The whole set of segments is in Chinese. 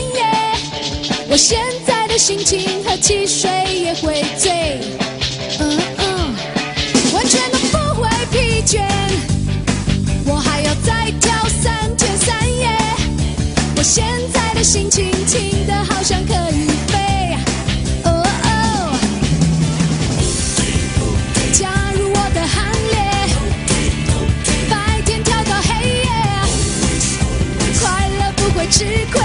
夜，我现在的心情和汽水也会醉，嗯嗯，完全都不会疲倦。我还要再跳三天三夜，我现在的心情轻的好像可以飞，哦哦。加入我的行列。白天跳到黑夜，快乐不会吃亏，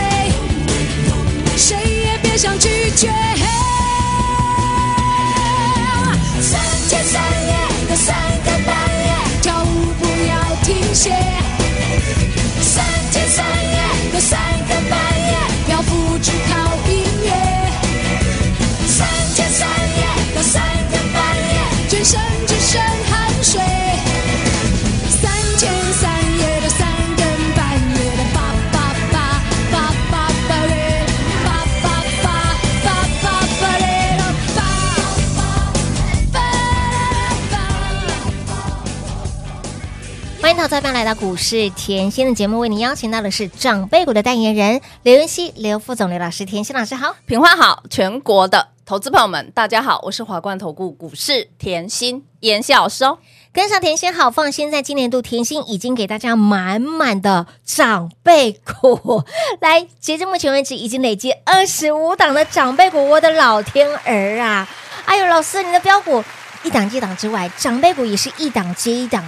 谁也别想拒绝。三天三夜的三个半夜，跳舞不要停歇。三天三夜的三个半夜，要付出靠音乐。三天三夜的三个半夜，全身只剩汗水。三天三夜的三更半夜的叭叭叭叭叭叭嘞，叭叭叭叭叭叭嘞啦叭叭叭叭。欢迎投资朋友来到股市甜心的节目，为您邀请到的是长辈股的代言人刘云熙、刘副总、刘老师、甜心老师好。品花好，全国的投资朋友们，大家好，我是华冠投顾股市甜心妍希老师哦。跟上甜心好放心，在今年度甜心已经给大家满满的长辈股， 来截至目前为止已经累积二十五档的长辈股，我的老天儿啊！哎呦，老师，你的标股一档接一档之外，长辈股也是一档接一档。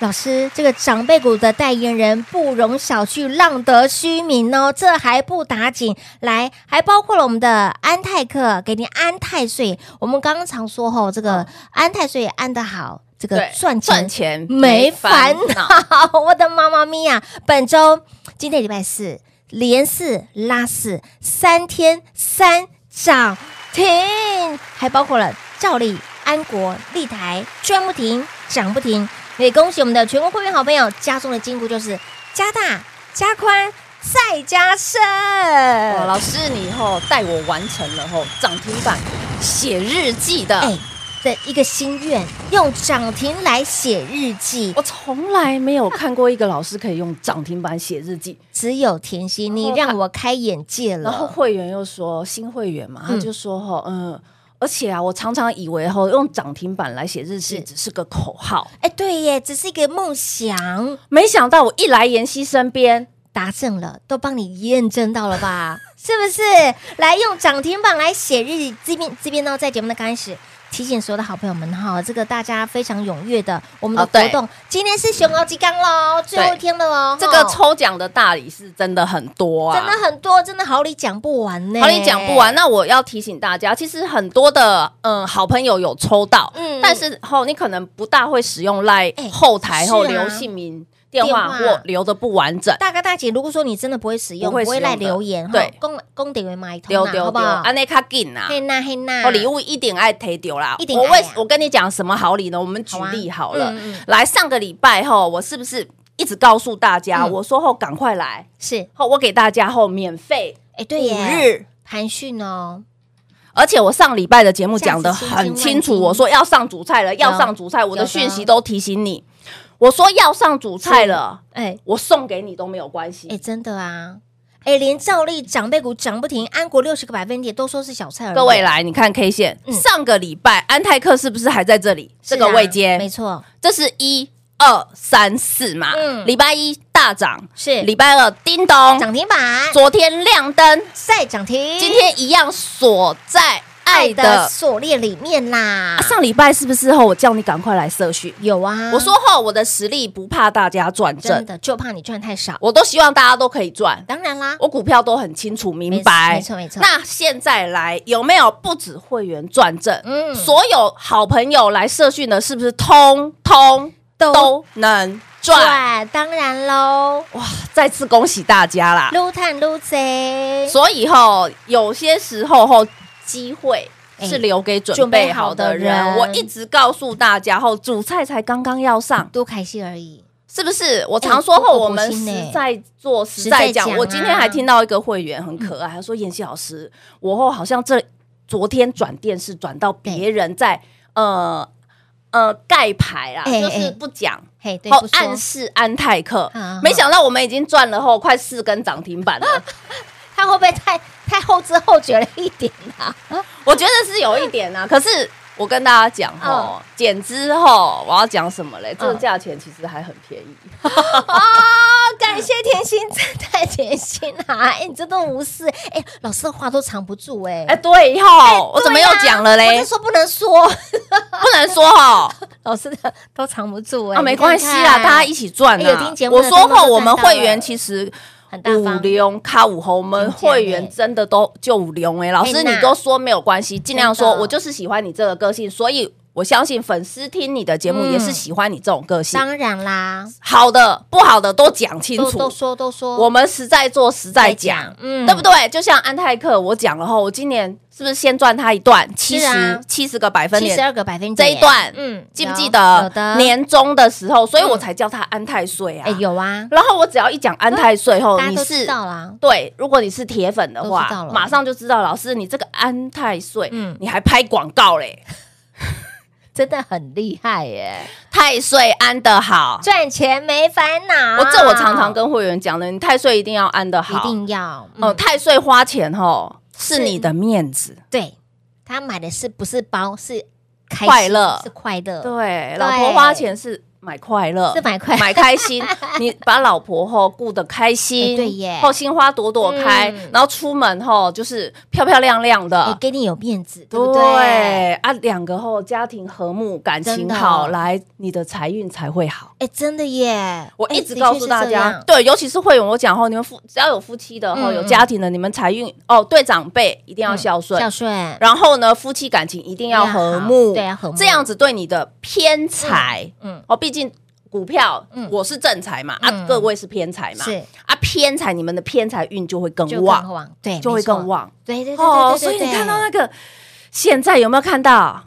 老师，这个长辈股的代言人不容小觑，浪得虚名哦。这还不打紧，来，还包括了我们的安泰克，给您安太岁。我们刚刚常说吼、这个安太岁安得好，这个赚钱赚钱没烦哦恼。我的妈妈咪呀、本周今天礼拜四，连四拉四，三天三涨停，还包括了照例、安国、立台赚不停，涨不停。也恭喜我们的全国会员好朋友，加送的金股就是加大、加宽、再加深。哎哦，老师，你以后带我完成了后涨停板写日记的，哎的一个心愿，用涨停来写日记。我从来没有看过一个老师可以用涨停板写日记。只有甜心，你让我开眼界了。哦然后会员又说新会员嘛，他嗯就说吼，嗯。而且啊，我常常以为吼用涨停板来写日记是只是个口号，哎，对耶，只是一个梦想，没想到我一来妍希身边，达成了，都帮你验证到了 吧？是不是？来用涨停榜来写日记，这边这边呢，在节目的刚开始。提醒所有的好朋友们哈，这个大家非常踊跃的，我们的哦对活动、今天是熊猫鸡缸喽，最后一天了哦。这个吼抽奖的大礼是真的很多啊，真的很欸多，真的好礼讲不完呢，好，你讲不完。。那我要提醒大家，其实很多的嗯好朋友有抽到，嗯但是后你可能不大会使用赖哎后台后是啊留姓名、电话电话或留的不完整。大哥大姐，如果说你真的不会使用，不会不会使用赖的留言，对吼，公公点为买头丢啦，丢啊好不丢，好？安内卡紧啊！嘿呐嘿呐，哦，礼物一定爱提丢啦。一定爱我啊为我跟你讲什么好礼呢？我们举例好了，好啊嗯嗯来上个礼拜后，我是不是一直告诉大家，嗯我说后赶快来是，后，我给大家后免费哎，对五耶，日。盘讯哦，而且我上礼拜的节目讲得下很次千金清万楚，金我说要上主菜了，要上主菜，我有的的讯息都提醒你，我说要上主菜了，哎我送给你都没有关系。哎，真的啊，哎，连照例长辈股涨不停，安国六十个百分点都说是小菜而已。各位来，你看 K 线，嗯上个礼拜安泰克是不是还在这里？是啊，这个位没阶，错，这是一二三四嘛。嗯礼拜一大涨，是礼拜二叮咚，涨停嗯板昨天亮灯，再涨停，今天一样锁在爱爱的的。锁链里面啦啊，上礼拜是不是后我叫你赶快来社训？有啊，我说后我的实力不怕大家转真正，的，就怕你赚太少。我都希望大家都可以赚。当然啦，我股票都很清楚明白，没错没错没错那现在来有没有不止会员转正？嗯所有好朋友来社训的，是不是通通都都能赚，当然喽，哇！再次恭喜大家啦！撸探撸贼，所以吼，有些时候吼，机会是留给准备好的人。哎哎准备好的人我一直告诉大家吼，主菜才刚刚要上，多开心而已。是不是？我常说后，哎我们不过不实信呢在做实实在在讲讲啊。嗯我今天还听到一个会员很可爱，他说：“妍希老师，我后好像这昨天转电视转到别人在呃呃盖牌啦，哎就是哎不讲。”嘿，对，好不，说暗示安泰克嗯嗯，没想到我们已经赚了后快四根涨停板 了。他会不会太太后知后觉了一点啊？我觉得是有一点啊，可是我跟大家讲嗯哦，减资后我要讲什么嘞？这个价钱其实还很便宜，哦，感谢甜心，真太甜心啦、啊！哎、你真的无视哎、老师的话都藏不住哎、哎，对吼，我怎么又讲了对呀啊嘞我是？说不能说， 不能说哦，老师的都藏不住哎、啊，没关系你啦，看看大家一起赚哎有听啊节。目我的说通通后，都我们赚到会了员其实。很大五方，欸零卡五红，我们会员真的都就五零哎，老师嘿呐你都说没有关系，尽量说，真的我就是喜欢你这个个性，所以我相信粉丝听你的节目嗯也是喜欢你这种个性，当然啦，好的不好的都讲清嗯都楚，都说都说，我们实在做实在讲，嗯对不对？就像安泰克，我讲了后，我今年是不是先赚他一段七是啊十七十个百分七十点？二个百分点这一段，嗯记不有记有得的年终的时候？所以我才叫他安泰税啊哎、。有啊，然后我只要一讲安泰税后，大家哦你都知是道啦，对，如果你是铁粉的都知道话，了马上就知道老师你这个安泰税嗯，你还拍广告嘞，真的很厉害耶，太岁安得好。赚钱没烦恼。我这我常常跟会员讲的，你太岁一定要安得好，啊一定要，嗯，哦，太岁花钱吼是你的面子，对他买的是不是包是开心快乐是快乐，对，老婆花钱是买快乐是，买快买 开心，你把老婆吼顾得开心，哎对耶后心花朵朵开嗯，然后出门吼就是漂漂亮亮也的。哎给你有面子，对不对？对啊，两个后家庭和睦，感真情的好，来你的财运才会好。哎，真的耶！我哎一直告诉大家，，对，尤其是会员，我讲后，你们夫只要有夫妻的后，嗯有嗯家庭的，你们财运哦，对长辈一定要的确是这样孝顺孝，顺，然后呢，夫妻感情一定要和要好睦，对要和睦这样子对你的偏财，嗯，哦，毕竟股票嗯我是正财嘛，啊，嗯各位是偏财嘛，是啊，偏财你们的偏财运就会更就更旺，旺，对，就会没错更，旺对对对哦。对对对所以你对看到那个现在有没有看到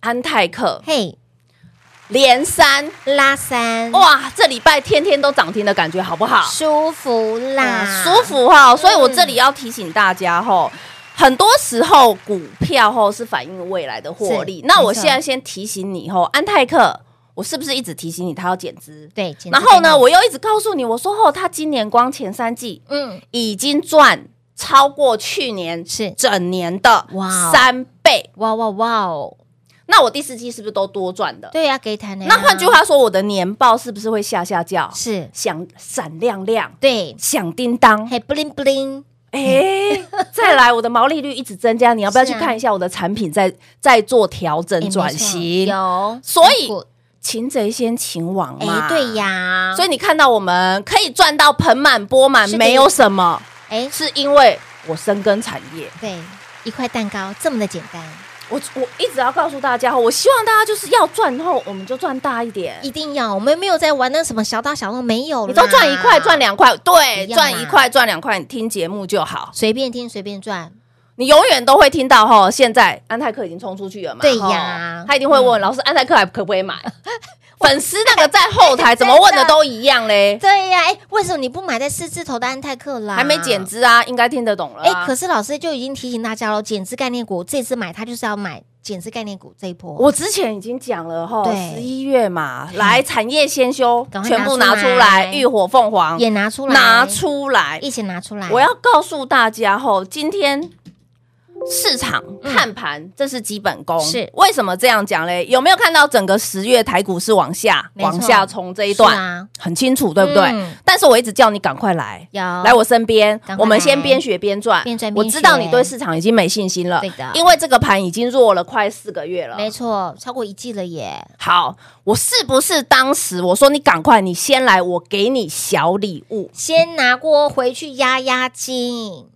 安泰克嘿连三？拉三，哇，这礼拜天天都涨停的感觉好不好？舒服啦，舒，服哈、嗯所以我这里要提醒大家吼、很多时候股票吼是反映未来的获利是。那我没错现在先提醒你吼，安泰克，我是不是一直提醒你它要减资？对。简直然后呢，太我又一直告诉你，我说吼，它今年光前三季嗯，已经赚超过去年是整年的哇哦三倍。哇哇哇哦，那我第四季是不是都多赚的？对呀，给他呢，那换句话说，我的年报是不是会下下叫，是，响闪亮亮，对，响叮当？嘿，bling bling，哎、再来，我的毛利率一直增加，你要不要是去啊看一下我的产品在在做调整转型？哎有，所以擒贼先擒王嘛，哎，对。呀，所以以你看到我们可以赚到盆满钵满，是的没有什么，哎，是因为我深耕产业。对，一块蛋糕这么的简单，我我一直要告诉大家，我希望大家就是要赚后，我们就赚大一点。一定要，我们没有在玩那什么小打小闹，没有啦，你都赚一块，赚两块，对，一样啊赚一块，赚两块，你听节目就好。随便听随便赚，你永远都会听到哈，现在安泰克已经冲出去了嘛？对呀嗯吼他一定会问、老师，安泰克还可不可 以买？粉丝那个在后台怎么问的都一 样嘞，对呀，哎，为什么你不买在四字头的安泰克啦？还没减。资啊，应该听得懂了、啊。哎，可是老师就已经提醒大家了，减资概念股这次买它就是要买减资概念股这一波。我之前已经讲了哈，对十一 月嘛，来产业先修赶，快拿全部拿出出来来，浴火凤凰也拿出来，拿，出来。一起拿出来。我要告诉大家吼，今天市场看盘、这是基本功。嗯是为什么这样讲嘞？有没有看到整个十月台股是往下没错往下冲这一段、是啊很清楚，对不对？嗯但是我一直叫你赶快来。有来我身边赶快，我们先来边学边赚。边赚我边知道你学对市场已经没信心了，对的因为这个盘已经弱了快四个月了。没错，超过一季了耶，好，我是不是当时我说你赶快，你先来，我给你小礼物？先拿过回去压压惊。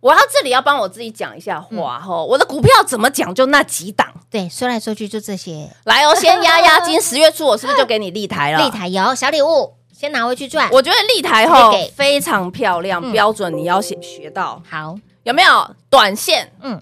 我要这里要帮我自己讲一下嗯话哈、我的股票怎么讲就那几档。对，说来说去就这些，来哦，先压压惊，十月初我是不是就给你立台了？立，台有小礼物，先拿回去赚。我觉得立台哈会给非常漂亮，嗯标准你要学学到好，有没有？短线嗯，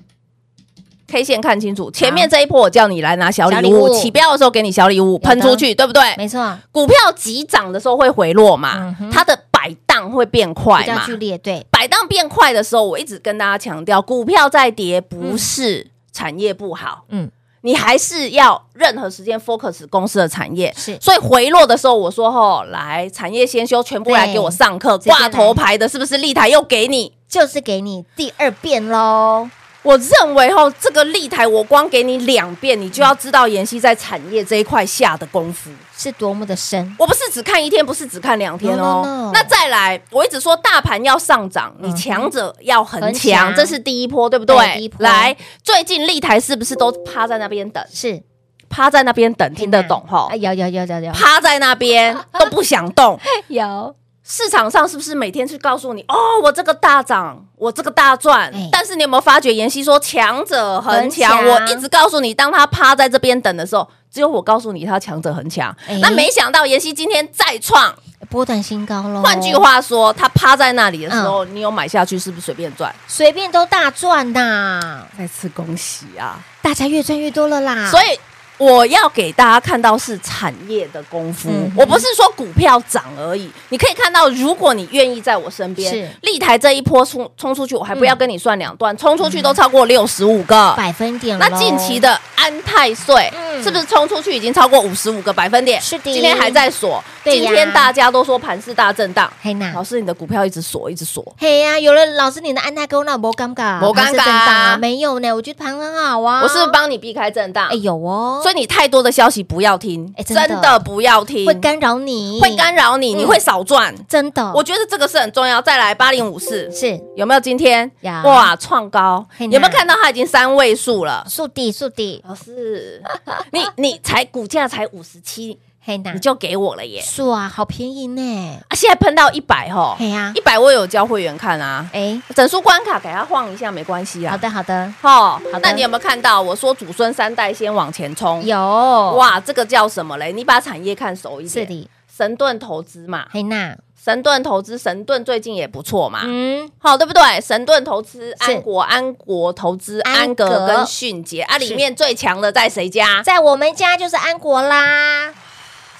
K 线看清楚，前面这一波我叫你来拿小礼小物礼，物起标的时候给你小礼物的喷出去，对不对？没错，股票急涨的时候会回落嘛嗯，哼它的摆荡会变快比较嘛，剧烈，对，摆荡变快的时候，我一直跟大家强调，股票在跌不是产业不好，嗯嗯，你还是要任何时间 focus 公司的产业。是所以回落的时候，我说吼，来产业先修，全部来对给我上课，接来挂头牌的是不是立台又给你？就是给你第二遍喽。我认为吼，这个立台我光给你两遍，你就要知道妍希在产业这一块下的功夫。是多么的深，我不是只看一天，不是只看两天 No, 哦。 no, no 那再来，我一直说大盘要上涨，你强者要很很强，强这是第一波，对不对？对第一波来，最近立台是不是都趴在那边等？是趴在那边等，听得懂哈啊，？有有有有有趴在那边都不 想动，有，市场上是不是每天去告诉你哦，我这个大涨，我这个大赚哎？但是你有没有发觉，妍希说强者很很强强？我一直告诉你，当他趴在这边等的时候，只有我告诉你他强者很强哎。那没想到妍希今天再创。波段新高喽。换句，话说，它趴在那里的时候，你有买下去，是不是随便赚？随便都大赚呐，再次恭喜啊！大家越赚越多了啦。所以以我要给大家看到是产业的功夫，嗯哼我不是说股票涨而已。你可以看到，如果你愿意在我身是边，立台这一波冲冲出去，我还不要跟你算两段，冲出去都超过六十五个。百分点咯，那近期的安泰税、嗯是不是冲出去已经超过五十五个百分点？是的今天还在锁。对今呀天大家都说盘势大震荡，嘿呐老师你的股票一直锁，一直锁。嘿呀，有了老师你的安泰勾那没尴尬，没尴尬还是震荡啊没有呢，我觉得盘很好啊。我是不是帮你避开震荡哎？有哦，所以你太多的消息不要听，哎真的不要听，会干扰你，会干扰你，嗯你会少赚。真的，我觉得这个是很重要。再来八零五四是有没有今天有哇创高？嘿有呐没有看到它已经三位数了？速递速递，老师， 你你才股价才五十七，嘿呐你，就给我了耶！速啊，好便宜呢。啊，现在喷到一百吼嘿呀，一百我有教会员看啊，哎，整数关卡给它晃一下没关系好啊。的好的，好好的那你有没有看到我说祖孙三代先往前冲？有嗯哇，这个叫什么嘞？你把产业看熟一是点。的，神盾投资嘛，嘿呐，神盾投资，神盾最近也不错嘛，嗯，好对不对？神盾投资、是安国、安国投资、安安格格跟迅捷啊，是里面最强的在谁家？在我们家就是安国啦。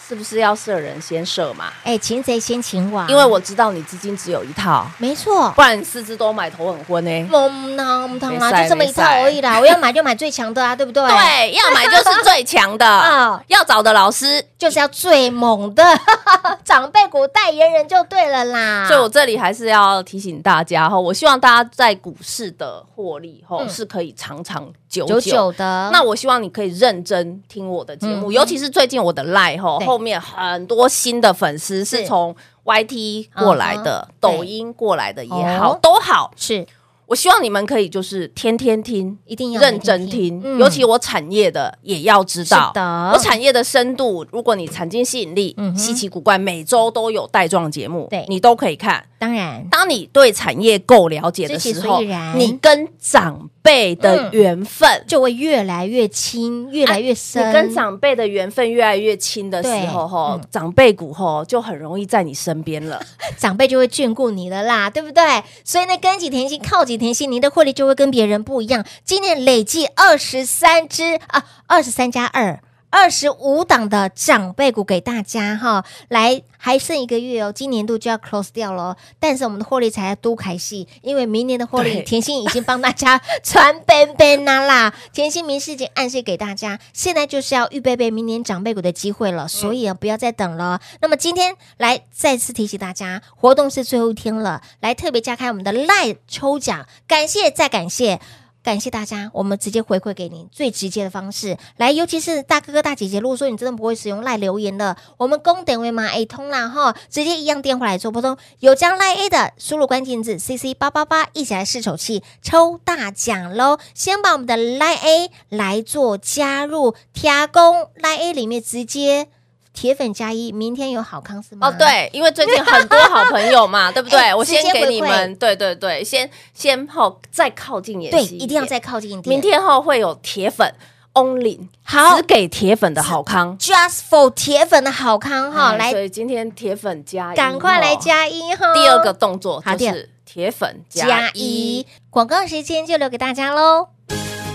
是不是要射人先射嘛？哎，擒贼先擒王，啊因为我知道你资金只有一套，没错，不然你四只都买头很昏欸呢。懵呢懵汤没啦，赛就这么一套而已啦。我要买就买最强的啊，对不对？，对，嗯要买就是最强 啊的，要找的老师。就是要最猛的 长辈股代言人就对了啦。所以我这里还是要提醒大家哈，我希望大家在股市的获利哈嗯是可以长长久九久九的那我希望你可以认真听我的节目，啊嗯尤其是最近我的 Line 吼对后面很多新的粉丝是是从 YT 过来嗯的、哼抖音过来的也好，哦都好。是我希望你们可以就是天天听，一定要认真听，嗯尤其我产业的也要知道。是的我产业的深度，如果你产经吸引力、嗯哼稀奇古怪，每周都有带状节目，对你都可以看。当然当你对产业够了解的知其时候所以然，你跟长辈嗯的缘分、就会越来越亲，越来越深。啊你跟长辈的缘分越来越亲的时候，对吼嗯，长辈股吼就很容易在你身边了。长辈就会眷顾你的啦，对不对？所以呢，跟几甜心，靠几甜心，您的获利就会跟别人不一样。今年累计二十三只啊，二十三加二。二十五档的长辈股给大家哈，来还剩一个月哦，今年度就要 close 掉了。哦但是我们的获利才要多开戏，因为明年的获利，对甜心已经帮大家 传本本啦啦。甜心明示已经暗示给大家，现在就是要预备备明年长辈股的机会了，所以啊，不要再等了。那么今天来再次提醒大家，活动是最后一天了，来特别加开我们的 Live 抽奖，感谢再感谢。感谢大家，我们直接回馈给您最直接的方式。来，尤其是大哥哥大姐姐，如果说你真的不会使用赖留言的，我们公等位嘛，哎通啦哈，直接一样电话来做拨通。有将赖 A 的，输入关键字 CC 八八八，一起来试手气抽大奖喽！先把我们的赖 A 来做加入，提供赖 A 里面直接。铁粉加一，明天有好康是吗？哦，，对，因为最近很多好朋 友嘛，对不对？嗯哎我先直接给你回馈们，对对对，先先后再靠近妍对，希，一定要再靠近一点。明天后会有铁粉 only，好只给铁粉的好康。 just for 铁粉的好康哈，哎所来以今天铁粉加一，赶快来。加一哈。哎第二个动作好就第是铁粉加加一一，，广告时间就留给大家喽。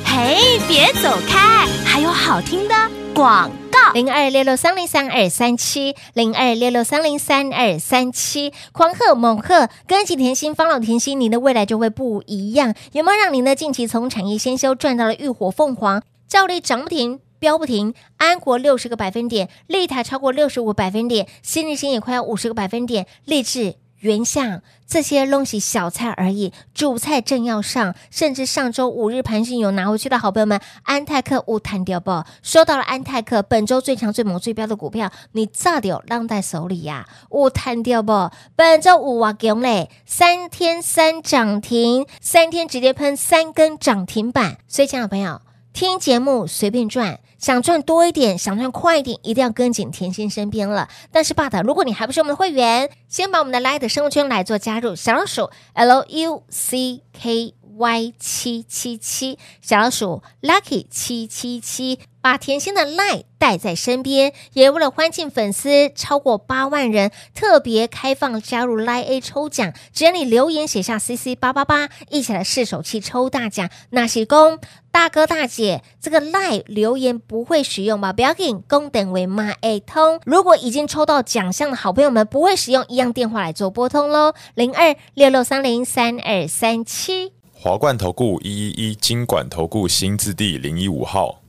嘿，别走开，还有好听的广告。零二六六三零三二三七，零二六六三零三二三七，狂贺猛贺，跟紧甜心，方老甜心，您的未来就会不一样。有没有让您呢近期从产业先修赚到了浴火凤凰，照例涨不停？飙不停，安国六十个百分点，利台超过六十五百分点，新日新也快要五十个百分点，励志原相这些东西小菜而已，主菜正要上，甚至上周五日盘讯有拿回去的好朋友们，安泰克勿谈掉不？收到了安泰克本周最强、最猛、最标的股票，你炸掉浪在手里呀、勿谈掉不？本周五啊，给嘞，三天三涨停，三天直接喷三根涨停板，所以，亲爱的朋友。听节目随便赚，想赚多一点，想赚快一点，一定要跟紧甜心身边了。但是，爸的，如果你还不是我们的会员，先把我们的 Light 生活圈来做加入，小老鼠 L U C K Y 七七七，小老鼠 Lucky 七七七，把甜心的 Light 带在身边，也为了欢庆粉丝超过八万人，特别开放加入 Light A 抽奖，只要你留言写下 CC 八八八，一起来试手气抽大奖，那是公。大哥大姐，这个赖留言不会使用吧？不要紧，公等为妈哎通。如果已经抽到奖项的好朋友们不会使用，一样电话来做拨通喽，零二六六三零三二三七。华冠投顾一一一金管投顾新字第零一五号，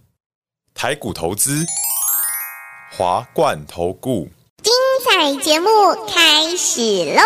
台股投资，华冠投顾。彩节目开始喽！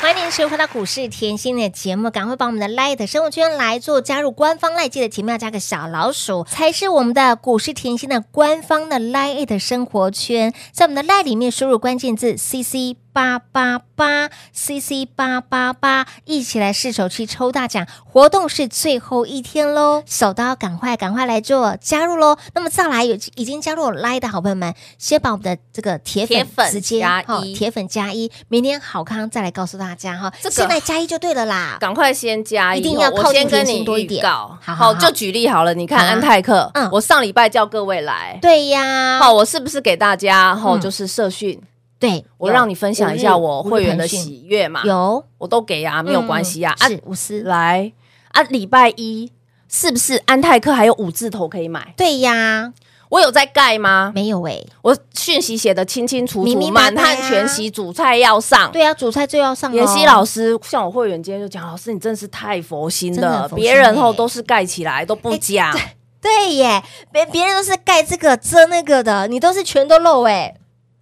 欢迎收回到股市甜心的节目，赶快把我们的 Light 生活圈来做加入官方 Light，记得前面要加个小老鼠，才是我们的股市甜心的官方的 Light 生活圈。在我们的 Light 里面输入关键字 CC 八八八 CC 八八八，一起来试手去抽大奖，活动是最后一天喽，手刀赶快赶快来做加入喽。那么再来有已经加入我 Light 的好朋友们，先把我们的这个铁铁粉粉直接哦加哈一铁粉加一，明天好康再来告诉大家哈，这个现在加一就对了啦。赶快先加一，哦一定要我靠近先跟甜你心多一预点告。好好好就举例好了，你好看啊安泰克，嗯我上礼拜叫各位来，对呀，好，我是不是给大家，吼，嗯就是社训，对，我有让你分享一下我会员的，喜悦嘛五日五日，盘讯我都给啊，有没有关系啊，嗯啊，是无私，来啊，礼拜一是不是安泰克还有五字头可以买？对呀，我有在盖吗？没有哎，我讯息写的清清楚明楚，明白满白啊汉全席，主菜要上。对呀，主菜最要上哦妍希咯老师，像我会员今天就讲，老师你真是太佛心真的了很，佛心别人后欸哎都是盖起来都不讲，对耶，别别人都是盖这个遮那个的，你都是全都漏哎，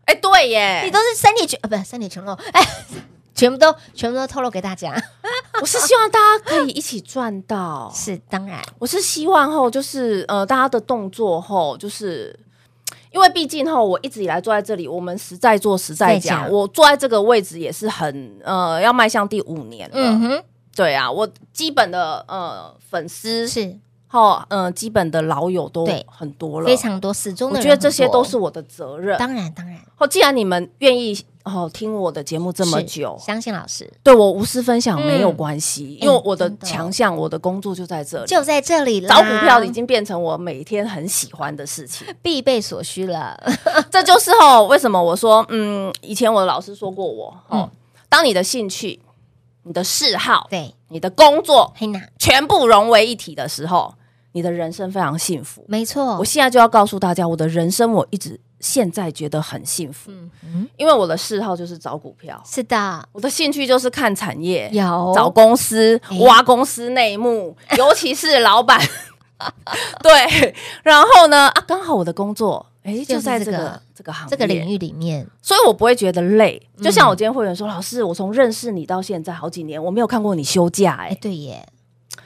哎，对你耶，都是三点全啊，不是三点全漏，哎， 全部都全部都透露给大家，我是希望大家可以一起赚 到，是当然，我是希望后就是呃，大家的动作后就是。因为毕竟哈，我一直以来坐在这里，我们实在做实在在讲，讲我坐在这个位置也是很呃，要迈向第五年了。嗯哼，对啊，我基本的呃粉丝是哈，嗯、呃，基本的老友都对很多了，非。常多，始终我的觉人很得这些多都是我的责任。当然当然哦，既然你们愿意哦听我的节目这么是久，相信老师。对我无私分享没有嗯关系，哎因为我的真的强项、我的工作就在这里。就啊在这里啦，找股票已经变成我每天很喜欢的 事情，必备所需了。这就是哦，为什么我说，嗯，以前我的老师说过我，哦，当你的兴趣、你的嗜好、 嗯对，你的工作黑娜，全部融为一体的时候，你的人生非常幸福。没错我，现在就要告诉大家，我的人生我一直现在觉得很幸福，嗯因为我的嗜好就是找股票，是的，我的兴趣就是看产业，有找公司、哎挖公司 内幕，尤其是老板。 对，然后呢？啊，刚好我的工作，哎、就就是在这这个、个这个行业这个领域嗯里面，所以我不会觉得累。就像我今天会员说，老师，我从认识你到现在好几年，我没有看过你休假、哎、哎、对耶，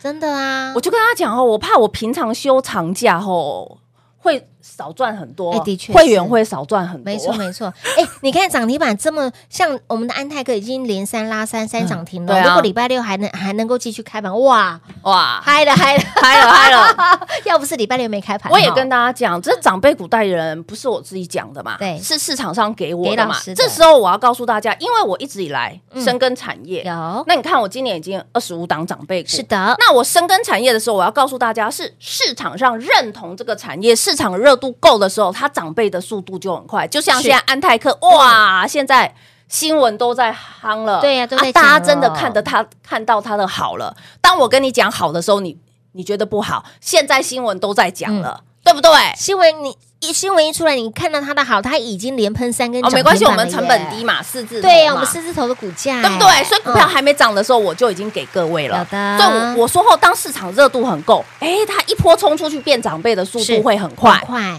真的啊，我就跟他讲哦，我怕我平常休长假哦，会少赚很多，哎的确会员是会少赚很多，没错，没错。 哎、你看涨停板这么像我们的安泰哥已经连三拉三，三涨停了。对啊啊如果礼拜六还能还能够继续开盘，哇，哇，嗨了嗨了 嗨了嗨了。要不是礼拜六没开盘，我也哈跟大家讲，这长辈股代言人不是我自己讲的嘛，对是市场上给我给的老嘛。师的这时候我要告诉大家，因为我一直以来深耕产业，有那你看我今年已经二十五档长辈嗯股，是。的， 那我深耕产业的时候，我要告诉大家，是市场上认同这个产业，市场热度够的时候，它长辈的速度就很快。就像现在安泰克，哇，现在新闻都在夯了，对呀都在讲大家真的了看得他看到他的好了。当我跟你讲好的时候，你你觉得不好，现在新闻都在讲了，嗯对不对？新闻你一新闻一出来，你看到它的好，它已经连喷三根哦，涨停板没关了系，耶、我们成本低嘛，四字头对呀、嘛我们四字头的股价、对不对？所以股票嗯还没涨的时候，我就已经给各位了。有的所以我我说后，当市场热度很够，哎，它一波冲出去变长辈的速是度会很快。很快，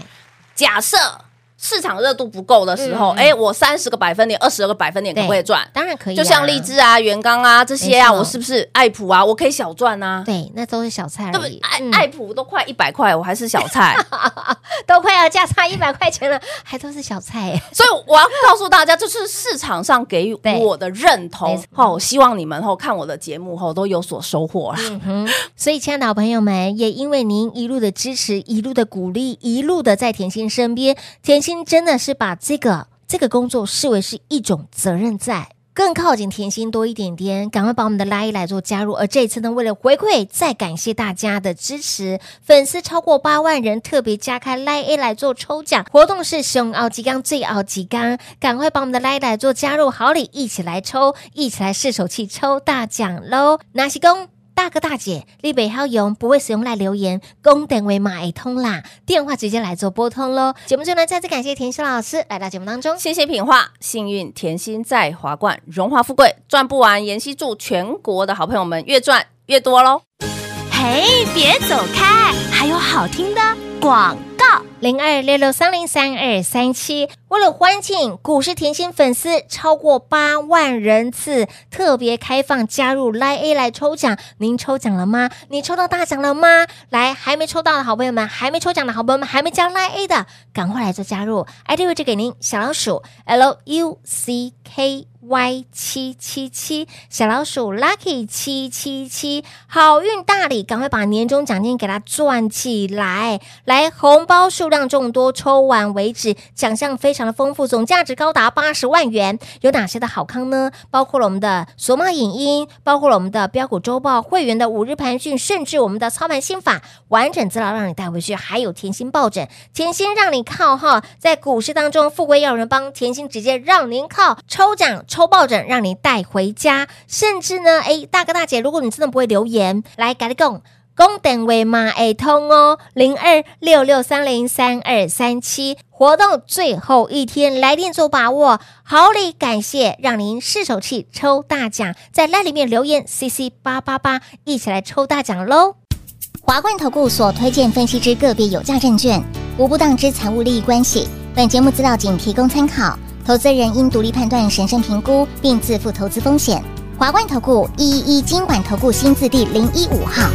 假设市场热度不够的时候，嗯嗯哎、我三十个百分点、二十个百分点可不可以赚？当然可以、就像荔。枝啊、元刚啊这些啊，没错我是不是爱普啊？我可以小赚啊，对，那都是小菜对而不已对？，爱、嗯爱普都快一百块，我还是小 菜。都快要价差一百块钱了，还都是小菜耶。所以我要告诉大家，这是市场上给予对我的认没同错。哦，希望你们后看我的节目后都有所收获啦。嗯哼，所以，亲爱的好朋友们，也因为您一路的支持、一路的鼓励、一路的在甜心身边，甜心真的是把这个这个工作视为是一种责任在。更靠近甜心多一点点，赶快把我们的拉一来做加入。而这一次呢，为了回馈，再感谢大家的支持，粉丝超过八万人，特别加开拉 A 来做抽奖活动，是熊奥吉刚最奥吉刚，赶快把我们的拉一来做加入好礼，一起来抽，一起来试手气抽大奖喽！拿西工。大哥大姐，立北好用，不会使用来留言，公等为马通啦，电话直接来做拨通喽。节目最后呢，再次感谢田心老师来到节目当中，谢谢品画，幸运甜心在华冠，荣华富贵赚不完。妍希祝全国的好朋友们越赚越多喽！嘿，别走开，还有好听的广告。零二六六三零三二三七。为了欢庆股市甜心粉丝超过八万人次，特别开放加入 Line A 来抽奖。您抽奖了吗？你抽到大奖了吗？来，还没抽到的好朋友们，还没抽奖的好朋友们，还没加 Line A 的，赶快来做加入。ID 位置给您，小老鼠 L U C K。Y 七七七小老鼠 Lucky 七七七，好运大礼，赶快把年终奖金给它赚起来！来，红包数量众多，抽完为止，奖项非常的丰富，总价值高达八十万元。有哪些的好康呢？包括了我们的索马影音，包括了我们的标股周报会员的五日盘讯，甚至我们的操盘心法完整资料让你带回去，还有甜心抱枕，甜心让你靠哈，在股市当中富贵要有人帮，甜心直接让您靠抽奖抽抱枕，让你带回家，甚至呢，哎，大哥大姐，如果你真的不会留言，来改你讲。公等位嘛，哎通哦，零二六六三零三二三七。活动最后一天，来电做把握，好礼感谢，让您试手气抽大奖，在 LINE 里面留言 CC 八八八，一起来抽大奖喽！华冠投顾所推荐分析之个别有价证券，无不当之财务利益关系。本节目资料仅提供参考，投资人应独立判断、审慎评估，并自负投资风险。华冠投顾一一一金管投顾新字第零一五号。